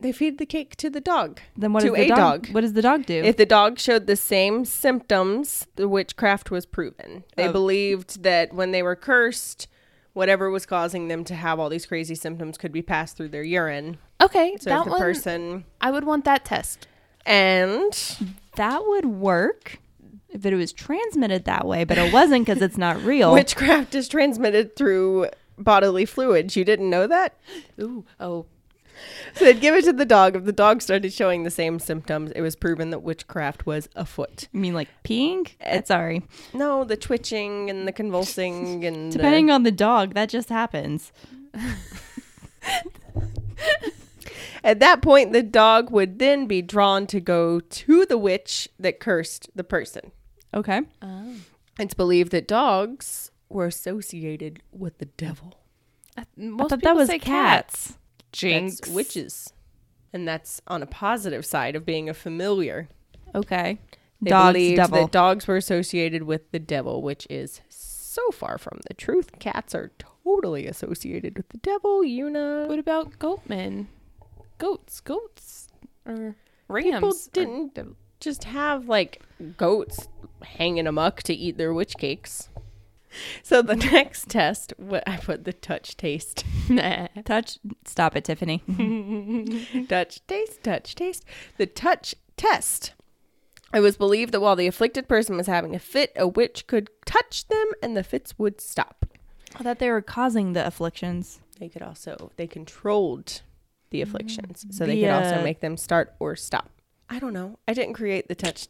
S1: They feed the cake to the dog.
S3: Then what
S1: To
S3: does the
S1: a
S3: dog,
S1: dog.
S3: What does the dog do?
S1: If the dog showed the same symptoms, the witchcraft was proven. They
S3: Oh.
S1: believed that when they were cursed, whatever was causing them to have all these crazy symptoms could be passed through their urine.
S2: Okay,
S1: So
S2: that
S1: if the
S2: one.
S1: person
S2: I would want that test.
S1: and
S3: that would work if it was transmitted that way, but it wasn't because it's not
S2: Oh.
S3: real.
S1: Witchcraft is transmitted through bodily fluids. You didn't know that?
S2: Ooh. Oh.
S1: So they'd give it to the dog. If the dog started showing the same symptoms, it was proven that witchcraft was afoot.
S3: I mean, like peeing? Eh, Sorry.
S1: No, the twitching and the convulsing and uh,
S3: Depending
S1: the,
S3: on the dog, that just happens.
S1: at that point the dog would then be drawn to go to the witch that cursed the person.
S3: Okay.
S1: It's believed that dogs were associated with the devil.
S2: I- Most
S3: thought that
S2: people
S3: was
S2: say
S3: cats.
S2: cats. Jinx.
S1: That's witches. And that's on a positive side of being a familiar.
S3: Okay.
S1: They
S3: Dogs,
S1: believed
S3: devil.
S1: that dogs were associated with the devil, which is so far from the truth. Cats are totally associated with the devil, you know.
S2: What about goatmen? Goats, goats, or rams?
S1: People
S2: are
S1: didn't
S2: devil-
S1: just have like goats hanging amuck to eat their witch cakes. So the next test, what I put the touch taste,
S2: Nah.
S3: Touch. Stop it, Tiffany.
S1: touch taste, touch taste, the touch test. It was believed that while the afflicted person was having a fit, a witch could touch them and the fits would stop.
S3: I thought they were causing the afflictions.
S1: they could also they controlled the afflictions so they
S3: The,
S1: could also
S3: uh,
S1: make them start or stop i don't know i didn't create the touch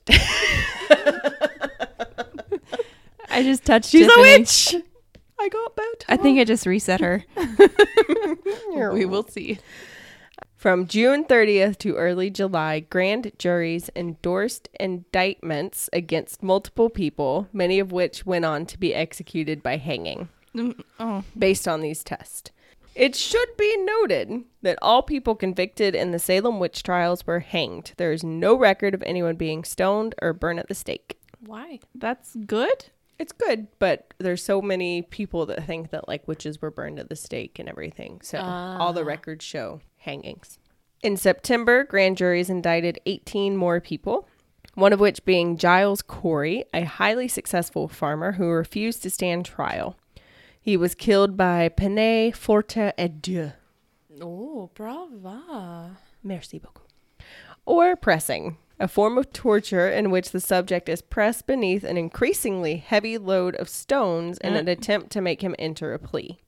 S3: I just touched
S1: she's a
S3: Tiffany.
S1: witch i got boat
S3: I think I just reset her.
S2: We will see.
S1: from june 30th to early july grand juries endorsed indictments against multiple people many of which went on to be executed by hanging
S3: oh.
S1: based on these tests. It should be noted that all people convicted in the Salem witch trials were hanged. There is no record of anyone being stoned or burned at the stake.
S2: Why?
S3: That's good.
S1: It's good, but there's so many people that think that like witches were burned at the stake and everything. So all the records show hangings. In September, grand juries indicted 18 more people, one of which being Giles Corey, a highly successful farmer who refused to stand trial. He was killed by Pene Forte et Dieu.
S2: Oh, brava.
S1: Merci beaucoup. Or pressing, a form of torture in which the subject is pressed beneath an increasingly heavy load of stones in
S3: Mm.
S1: an attempt to make him enter a plea.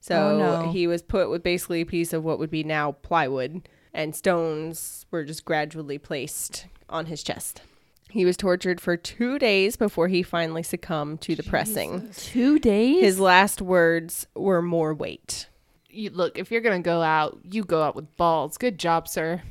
S1: So
S3: Oh, no.
S1: he was put with basically a piece of what would be now plywood, and stones were just gradually placed on his chest. He was tortured for two days before he finally succumbed to the pressing.
S3: Two days.
S1: His last words were more weight.
S2: You look, if you're gonna go out, you go out with balls. Good job, sir.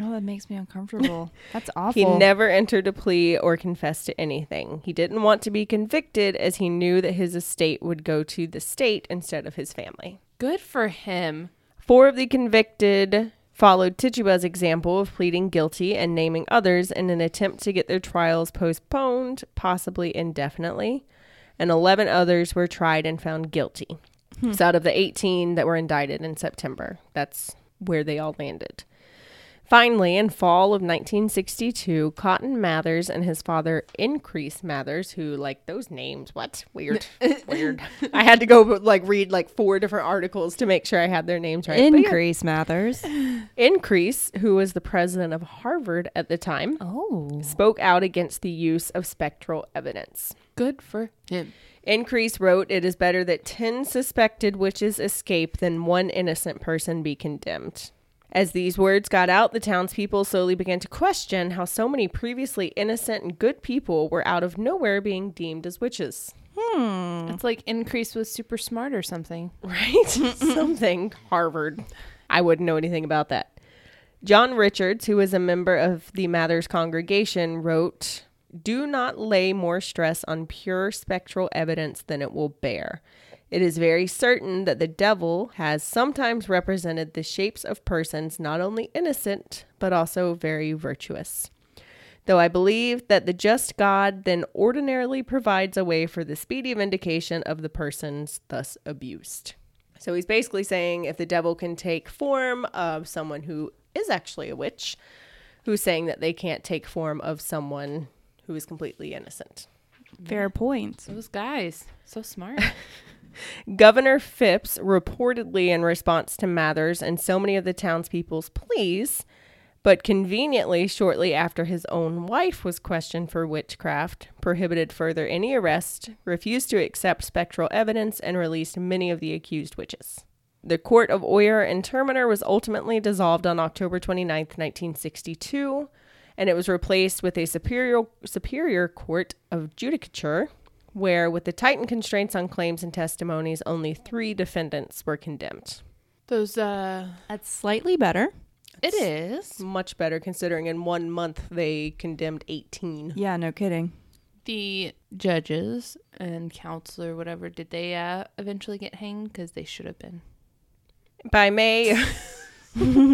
S3: oh, that makes me uncomfortable. That's awful.
S1: He never entered a plea or confessed to anything. He didn't want to be convicted as he knew that his estate would go to the state instead of his family.
S2: Good for him.
S1: Four of the convicted followed Tituba's example of pleading guilty and naming others in an attempt to get their trials postponed, possibly indefinitely, and 11 others were tried and found guilty. So out of the 18 that were indicted in September, that's where they all landed. Finally, in fall of 1962, Cotton Mathers and his father Increase Mathers, who like those names, what weird, weird. I had to go like read like four different articles to make sure I had their names right. But yeah,
S3: Increase Mathers.
S1: Increase, who was the president of Harvard at the time,
S2: Oh,
S1: spoke out against the use of spectral evidence.
S2: good for him.
S1: Increase wrote, It is better that 10 suspected witches escape than one innocent person be condemned. As these words got out, the townspeople slowly began to question how so many previously innocent and good people were out of nowhere being deemed as witches.
S2: It's like increase was super smart or something.
S1: Right? Something Harvard. I wouldn't know anything about that. John Richards, who was a member of the Mathers congregation, wrote Do not lay more stress on pure spectral evidence than it will bear. It is very certain that the devil has sometimes represented the shapes of persons not only innocent, but also very virtuous. Though I believe that the just God then ordinarily provides a way for the speedy vindication of the persons thus abused. So he's basically saying if the devil can take form of someone who is actually a witch, who's saying that they can't take form of someone who is completely innocent.
S3: Fair point.
S2: Those guys, so smart.
S1: Governor Phipps reportedly, in response to Mathers and so many of the townspeople's pleas, but conveniently, shortly after his own wife was questioned for witchcraft, prohibited further any arrest, refused to accept spectral evidence, and released many of the accused witches. The court of Oyer and Terminer was ultimately dissolved on October 29, 1962, and it was replaced with a superior superior court of judicature, where with the tightened constraints on claims and testimonies, only 3 defendants were condemned.
S2: Those uh,
S3: That's slightly better.
S2: it is
S1: Much better considering in 1 month they condemned 18.
S3: Yeah, no kidding.
S2: the judges and counsel or whatever. Did they uh eventually get hanged because they should have been?
S1: By May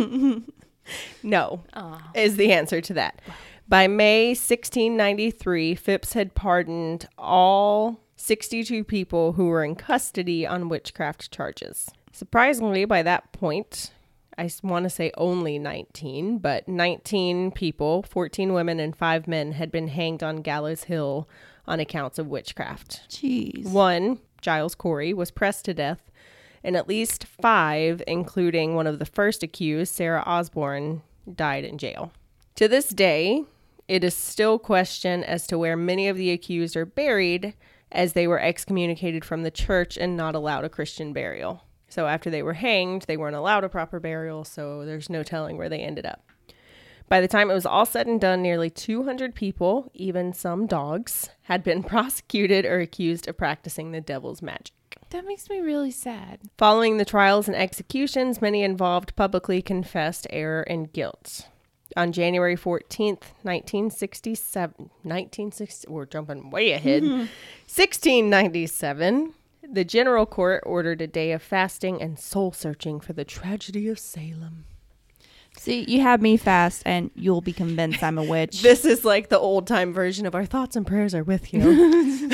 S1: No.
S2: Ah,
S1: is the answer to that. By May 1693, Phipps had pardoned all 62 people who were in custody on witchcraft charges. Surprisingly, by that point, I want to say only 19, but 19 people, 14 women and 5 men, had been hanged on Gallows Hill on accounts of witchcraft.
S3: Jeez.
S1: One, Giles Corey, was pressed to death, and at least five, including one of the first accused, Sarah Osborne, died in jail. To this day, it is still questioned as to where many of the accused are buried, as they were excommunicated from the church and not allowed a Christian burial. So after they were hanged, they weren't allowed a proper burial, so there's no telling where they ended up. By the time it was all said and done, nearly 200 people, even some dogs, had been prosecuted or accused of practicing the devil's magic.
S2: that makes me really sad.
S1: Following the trials and executions, many involved publicly confessed error and guilt. On January 14th, 1967, 1960, we're jumping way ahead, 1697, the General Court ordered a day of fasting and soul searching for the tragedy of Salem.
S3: See, you have me fast, and you'll be convinced I'm a witch.
S1: This is like the old time version of our thoughts and prayers are with you.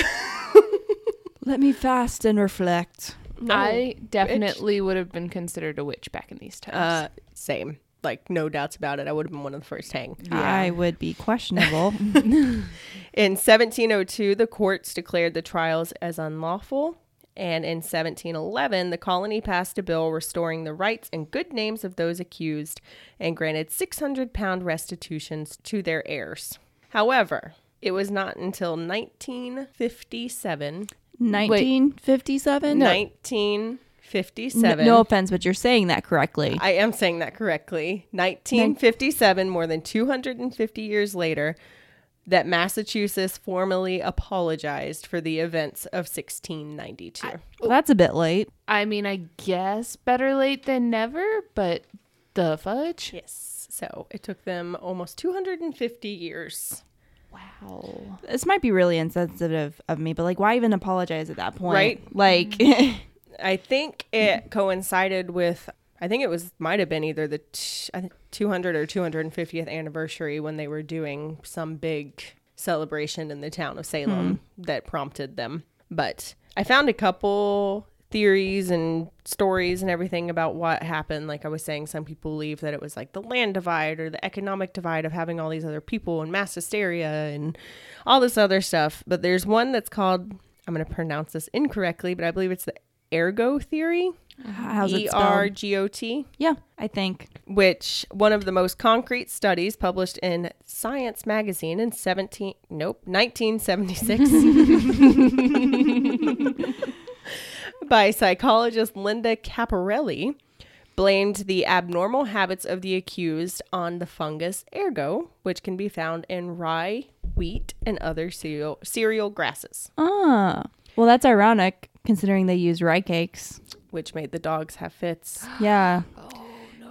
S3: Let me fast and reflect.
S2: Uh, I definitely would have been considered a witch back in these times.
S1: Uh, Same. like no doubts about it. I would have been one of the first to hang.
S3: I would be questionable.
S1: In 1702, the courts declared the trials as unlawful, and in 1711, the colony passed a bill restoring the rights and good names of those accused and granted 600 pound restitutions to their heirs. However, it was not until 1957.
S3: 1957?
S1: 1957.
S3: No offense, but you're saying that correctly.
S1: I am saying that correctly. 1957, more than 250 years later, that Massachusetts formally apologized for the events of 1692.
S3: Well, that's a bit late.
S2: I mean, I guess better late than never, but the fudge.
S1: yes. So it took them almost 250 years.
S2: Wow.
S3: This might be really insensitive of me, but like, why even apologize at that point?
S1: Right.
S3: Like,
S1: I think it coincided with, I think it was, might have been either the t- I think 200 or 250th anniversary when they were doing some big celebration in the town of Salem that prompted them. But I found a couple theories and stories and everything about what happened. Like I was saying, some people believe that it was like the land divide or the economic divide of having all these other people and mass hysteria and all this other stuff. But there's one that's called, I'm going to pronounce this incorrectly, but I believe it's the ergo theory.
S3: how's
S1: E
S3: it spelled?
S1: R G O T
S3: yeah, I think.
S1: which one of the most concrete studies published in Science magazine in 17 nope 1976 by psychologist Linda Caparelli blamed the abnormal habits of the accused on the fungus ergo which can be found in rye wheat and other cereal, cereal grasses
S3: Ah, well, that's ironic considering they use rye cakes.
S1: which made the dogs have fits
S3: Yeah.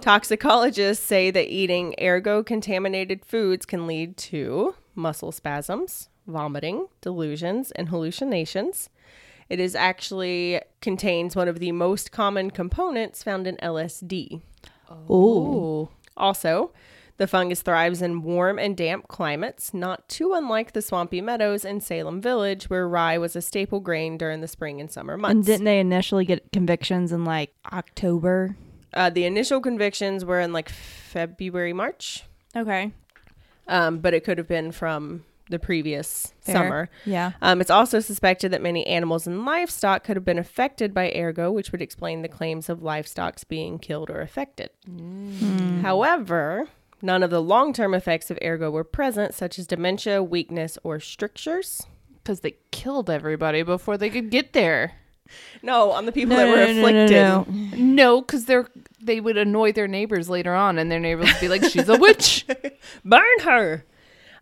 S1: Toxicologists say that eating ergo contaminated foods can lead to muscle spasms, vomiting, delusions, and hallucinations. It is actually contains one of the most common components found in LSD.
S3: Oh.
S1: Also, the fungus thrives in warm and damp climates, not too unlike the swampy meadows in Salem Village, where rye was a staple grain during the spring and summer months.
S3: And didn't they initially get convictions in like October?
S1: uh, the initial convictions were in like February, March.
S3: Okay.
S1: um, but it could have been from the previous
S3: Fair.
S1: summer.
S3: Yeah.
S1: Um, it's also suspected that many animals and livestock could have been affected by ergo, which would explain the claims of livestock's being killed or affected. Mm. However, none of the long term effects of ergo were present, such as dementia, weakness, or strictures.
S2: Because they killed everybody before they could get there.
S1: No, on the people that were afflicted.
S2: No, because they're they would annoy their neighbors later on, and their neighbors would be like, "She's a witch."
S1: Burn her.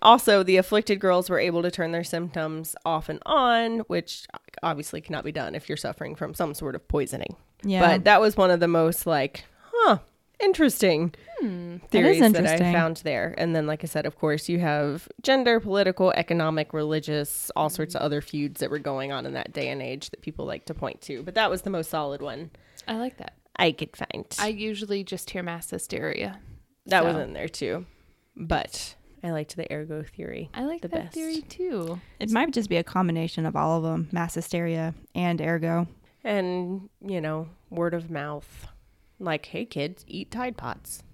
S1: Also, the afflicted girls were able to turn their symptoms off and on, which obviously cannot be done if you're suffering from some sort of poisoning.
S3: Yeah.
S1: But that was one of the most like, huh, interesting
S3: Hmm, That
S1: theories
S3: is
S1: that, I
S3: interesting.
S1: found there. And then, like I said, of course, you have gender, political, economic, religious, all sorts of other feuds that were going on in that day and age that people like to point to. But that was the most solid one
S2: I like that.
S1: I could find.
S2: I usually just hear mass hysteria.
S1: that
S2: so.
S1: was in there too. But I liked the ergo theory.
S2: I like
S1: The
S2: that
S1: best.
S2: theory too.
S3: It might just be a combination of all of them mass hysteria and ergo.
S1: and you know word of mouth like hey kids eat tide pods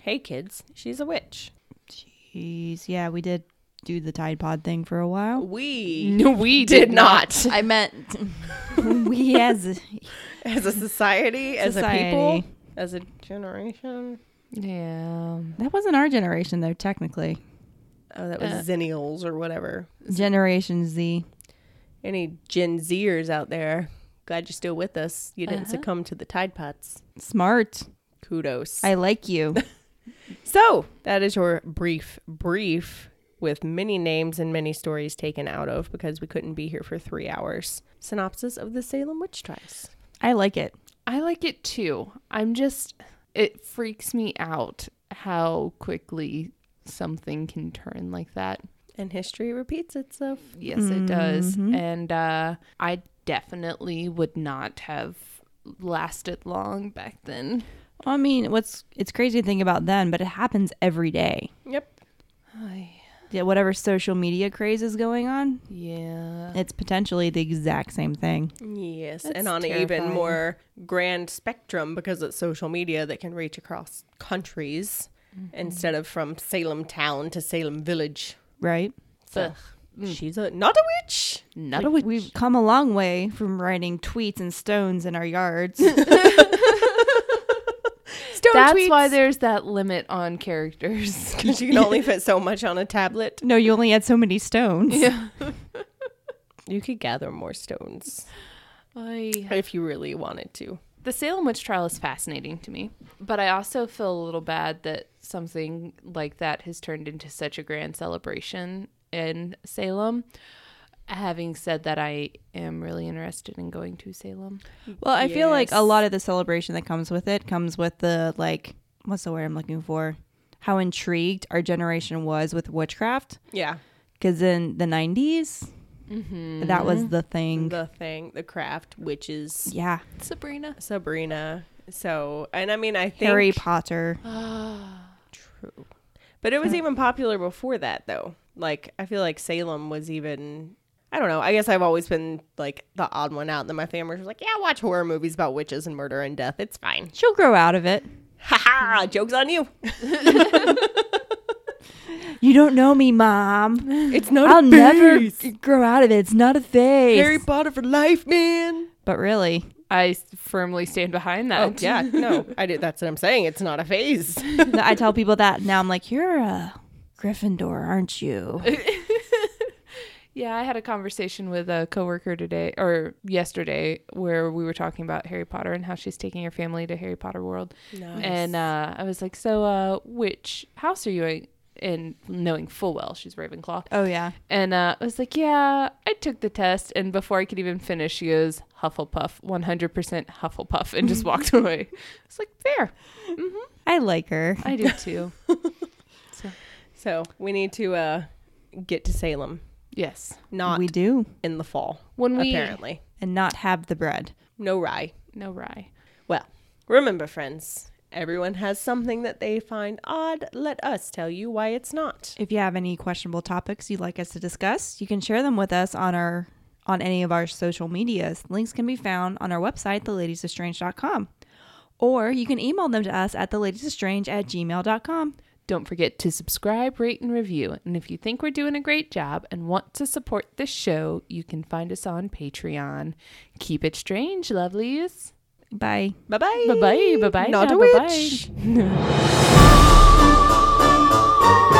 S1: hey kids she's a witch
S3: Jeez. Yeah, we did do the Tide Pod thing for a while.
S1: we
S2: No, we
S1: did not
S3: I meant we as
S1: as a society as a people
S3: Society.
S1: as a generation
S2: Yeah.
S3: that wasn't our generation though technically
S1: oh that was
S2: Uh.
S1: zennials or whatever
S3: Generation Z.
S1: any gen zers out there glad you're still with us you didn't succumb to the tide pods
S3: Smart.
S1: kudos
S3: I like you.
S1: so that is your brief brief with many names and many stories taken out of because we couldn't be here for three hours synopsis of the salem witch trials
S3: I like it.
S2: I like it too. I'm just, it freaks me out how quickly something can turn like that.
S1: and history repeats itself.
S2: Yes, it does. And uh, I definitely would not have lasted long back then.
S3: Well, I mean, what's it's crazy to think about then, but it happens every day.
S1: Yep.
S2: Ay.
S3: yeah, whatever social media craze is going on,
S2: Yeah.
S3: it's potentially the exact same thing.
S1: Yes,
S2: That's
S1: and on an
S2: terrifying.
S1: even more grand spectrum because it's social media that can reach across countries
S2: Mm-hmm.
S1: instead of from Salem town to Salem village.
S3: Right?
S1: So
S2: Mm.
S1: she's a not a witch.
S2: Not a witch.
S3: We've come a long way from writing tweets and stones in our yards.
S1: Stone
S2: That's
S1: tweets.
S2: why there's that limit on characters.
S1: 'Cause you can only fit so much on a tablet.
S3: no, you only had so many stones.
S1: You could gather more stones
S2: Oy.
S1: if you really wanted to.
S2: The Salem witch trial is fascinating to me, but I also feel a little bad that something like that has turned into such a grand celebration in Salem. Having said that, I am really interested in going to Salem.
S3: Well, I feel like a
S1: Yes.
S3: lot of the celebration that comes with it comes with the like what's the word I'm looking for? How intrigued our generation was with witchcraft
S1: Yeah,
S3: because in the 90s that was the thing.
S1: the thing, the craft, witches,
S3: yeah,
S2: Sabrina.
S1: Sabrina. So, and I mean, I think
S3: Harry Potter.
S1: True. But it was even popular before that, though. Like, I feel like Salem was even. I don't know. I guess I've always been like the odd one out. And then my family was like, yeah, watch horror movies about witches and murder and death. It's fine.
S3: She'll grow out of it.
S1: Ha ha! Joke's on you.
S3: You don't know me, mom.
S1: It's not
S3: I'll never grow out of it. It's not a phase.
S1: Harry Potter for life, man.
S3: but really,
S2: I s- firmly stand behind that.
S1: Oh, yeah. No, I did. That's what I'm saying. It's not a phase.
S3: I tell people that now. I'm like, you're a Gryffindor, aren't you?
S2: Yeah, I had a conversation with a coworker today or yesterday where we were talking about Harry Potter and how she's taking her family to Harry Potter World. And uh, I was like, "So, uh, which house are you in?" And knowing full well she's Ravenclaw.
S3: Oh yeah.
S2: And uh, I was like, "Yeah, I took the test." And before I could even finish, she goes, "Hufflepuff, 100% Hufflepuff," and just walked away. It's like, "Fair,
S3: I like her.
S2: I do too."
S1: So we need to uh, get to Salem,
S2: yes,
S1: not
S3: we do.
S1: in the fall,
S2: when we
S1: apparently.
S3: And not have the bread.
S1: No rye.
S2: no rye.
S1: Well, remember, friends, everyone has something that they find odd. Let us tell you why it's not.
S3: If you have any questionable topics you'd like us to discuss, you can share them with us on our on any of our social medias. Links can be found on our website, theladiesestrange.com. Or you can email them to us at theladiesestrange at gmail.com.
S2: Don't forget to subscribe, rate, and review. And if you think we're doing a great job and want to support this show, you can find us on Patreon. Keep it strange, lovelies.
S3: Bye.
S1: Bye bye.
S2: Bye bye. Bye bye.
S1: Not a witch.
S2: Bye.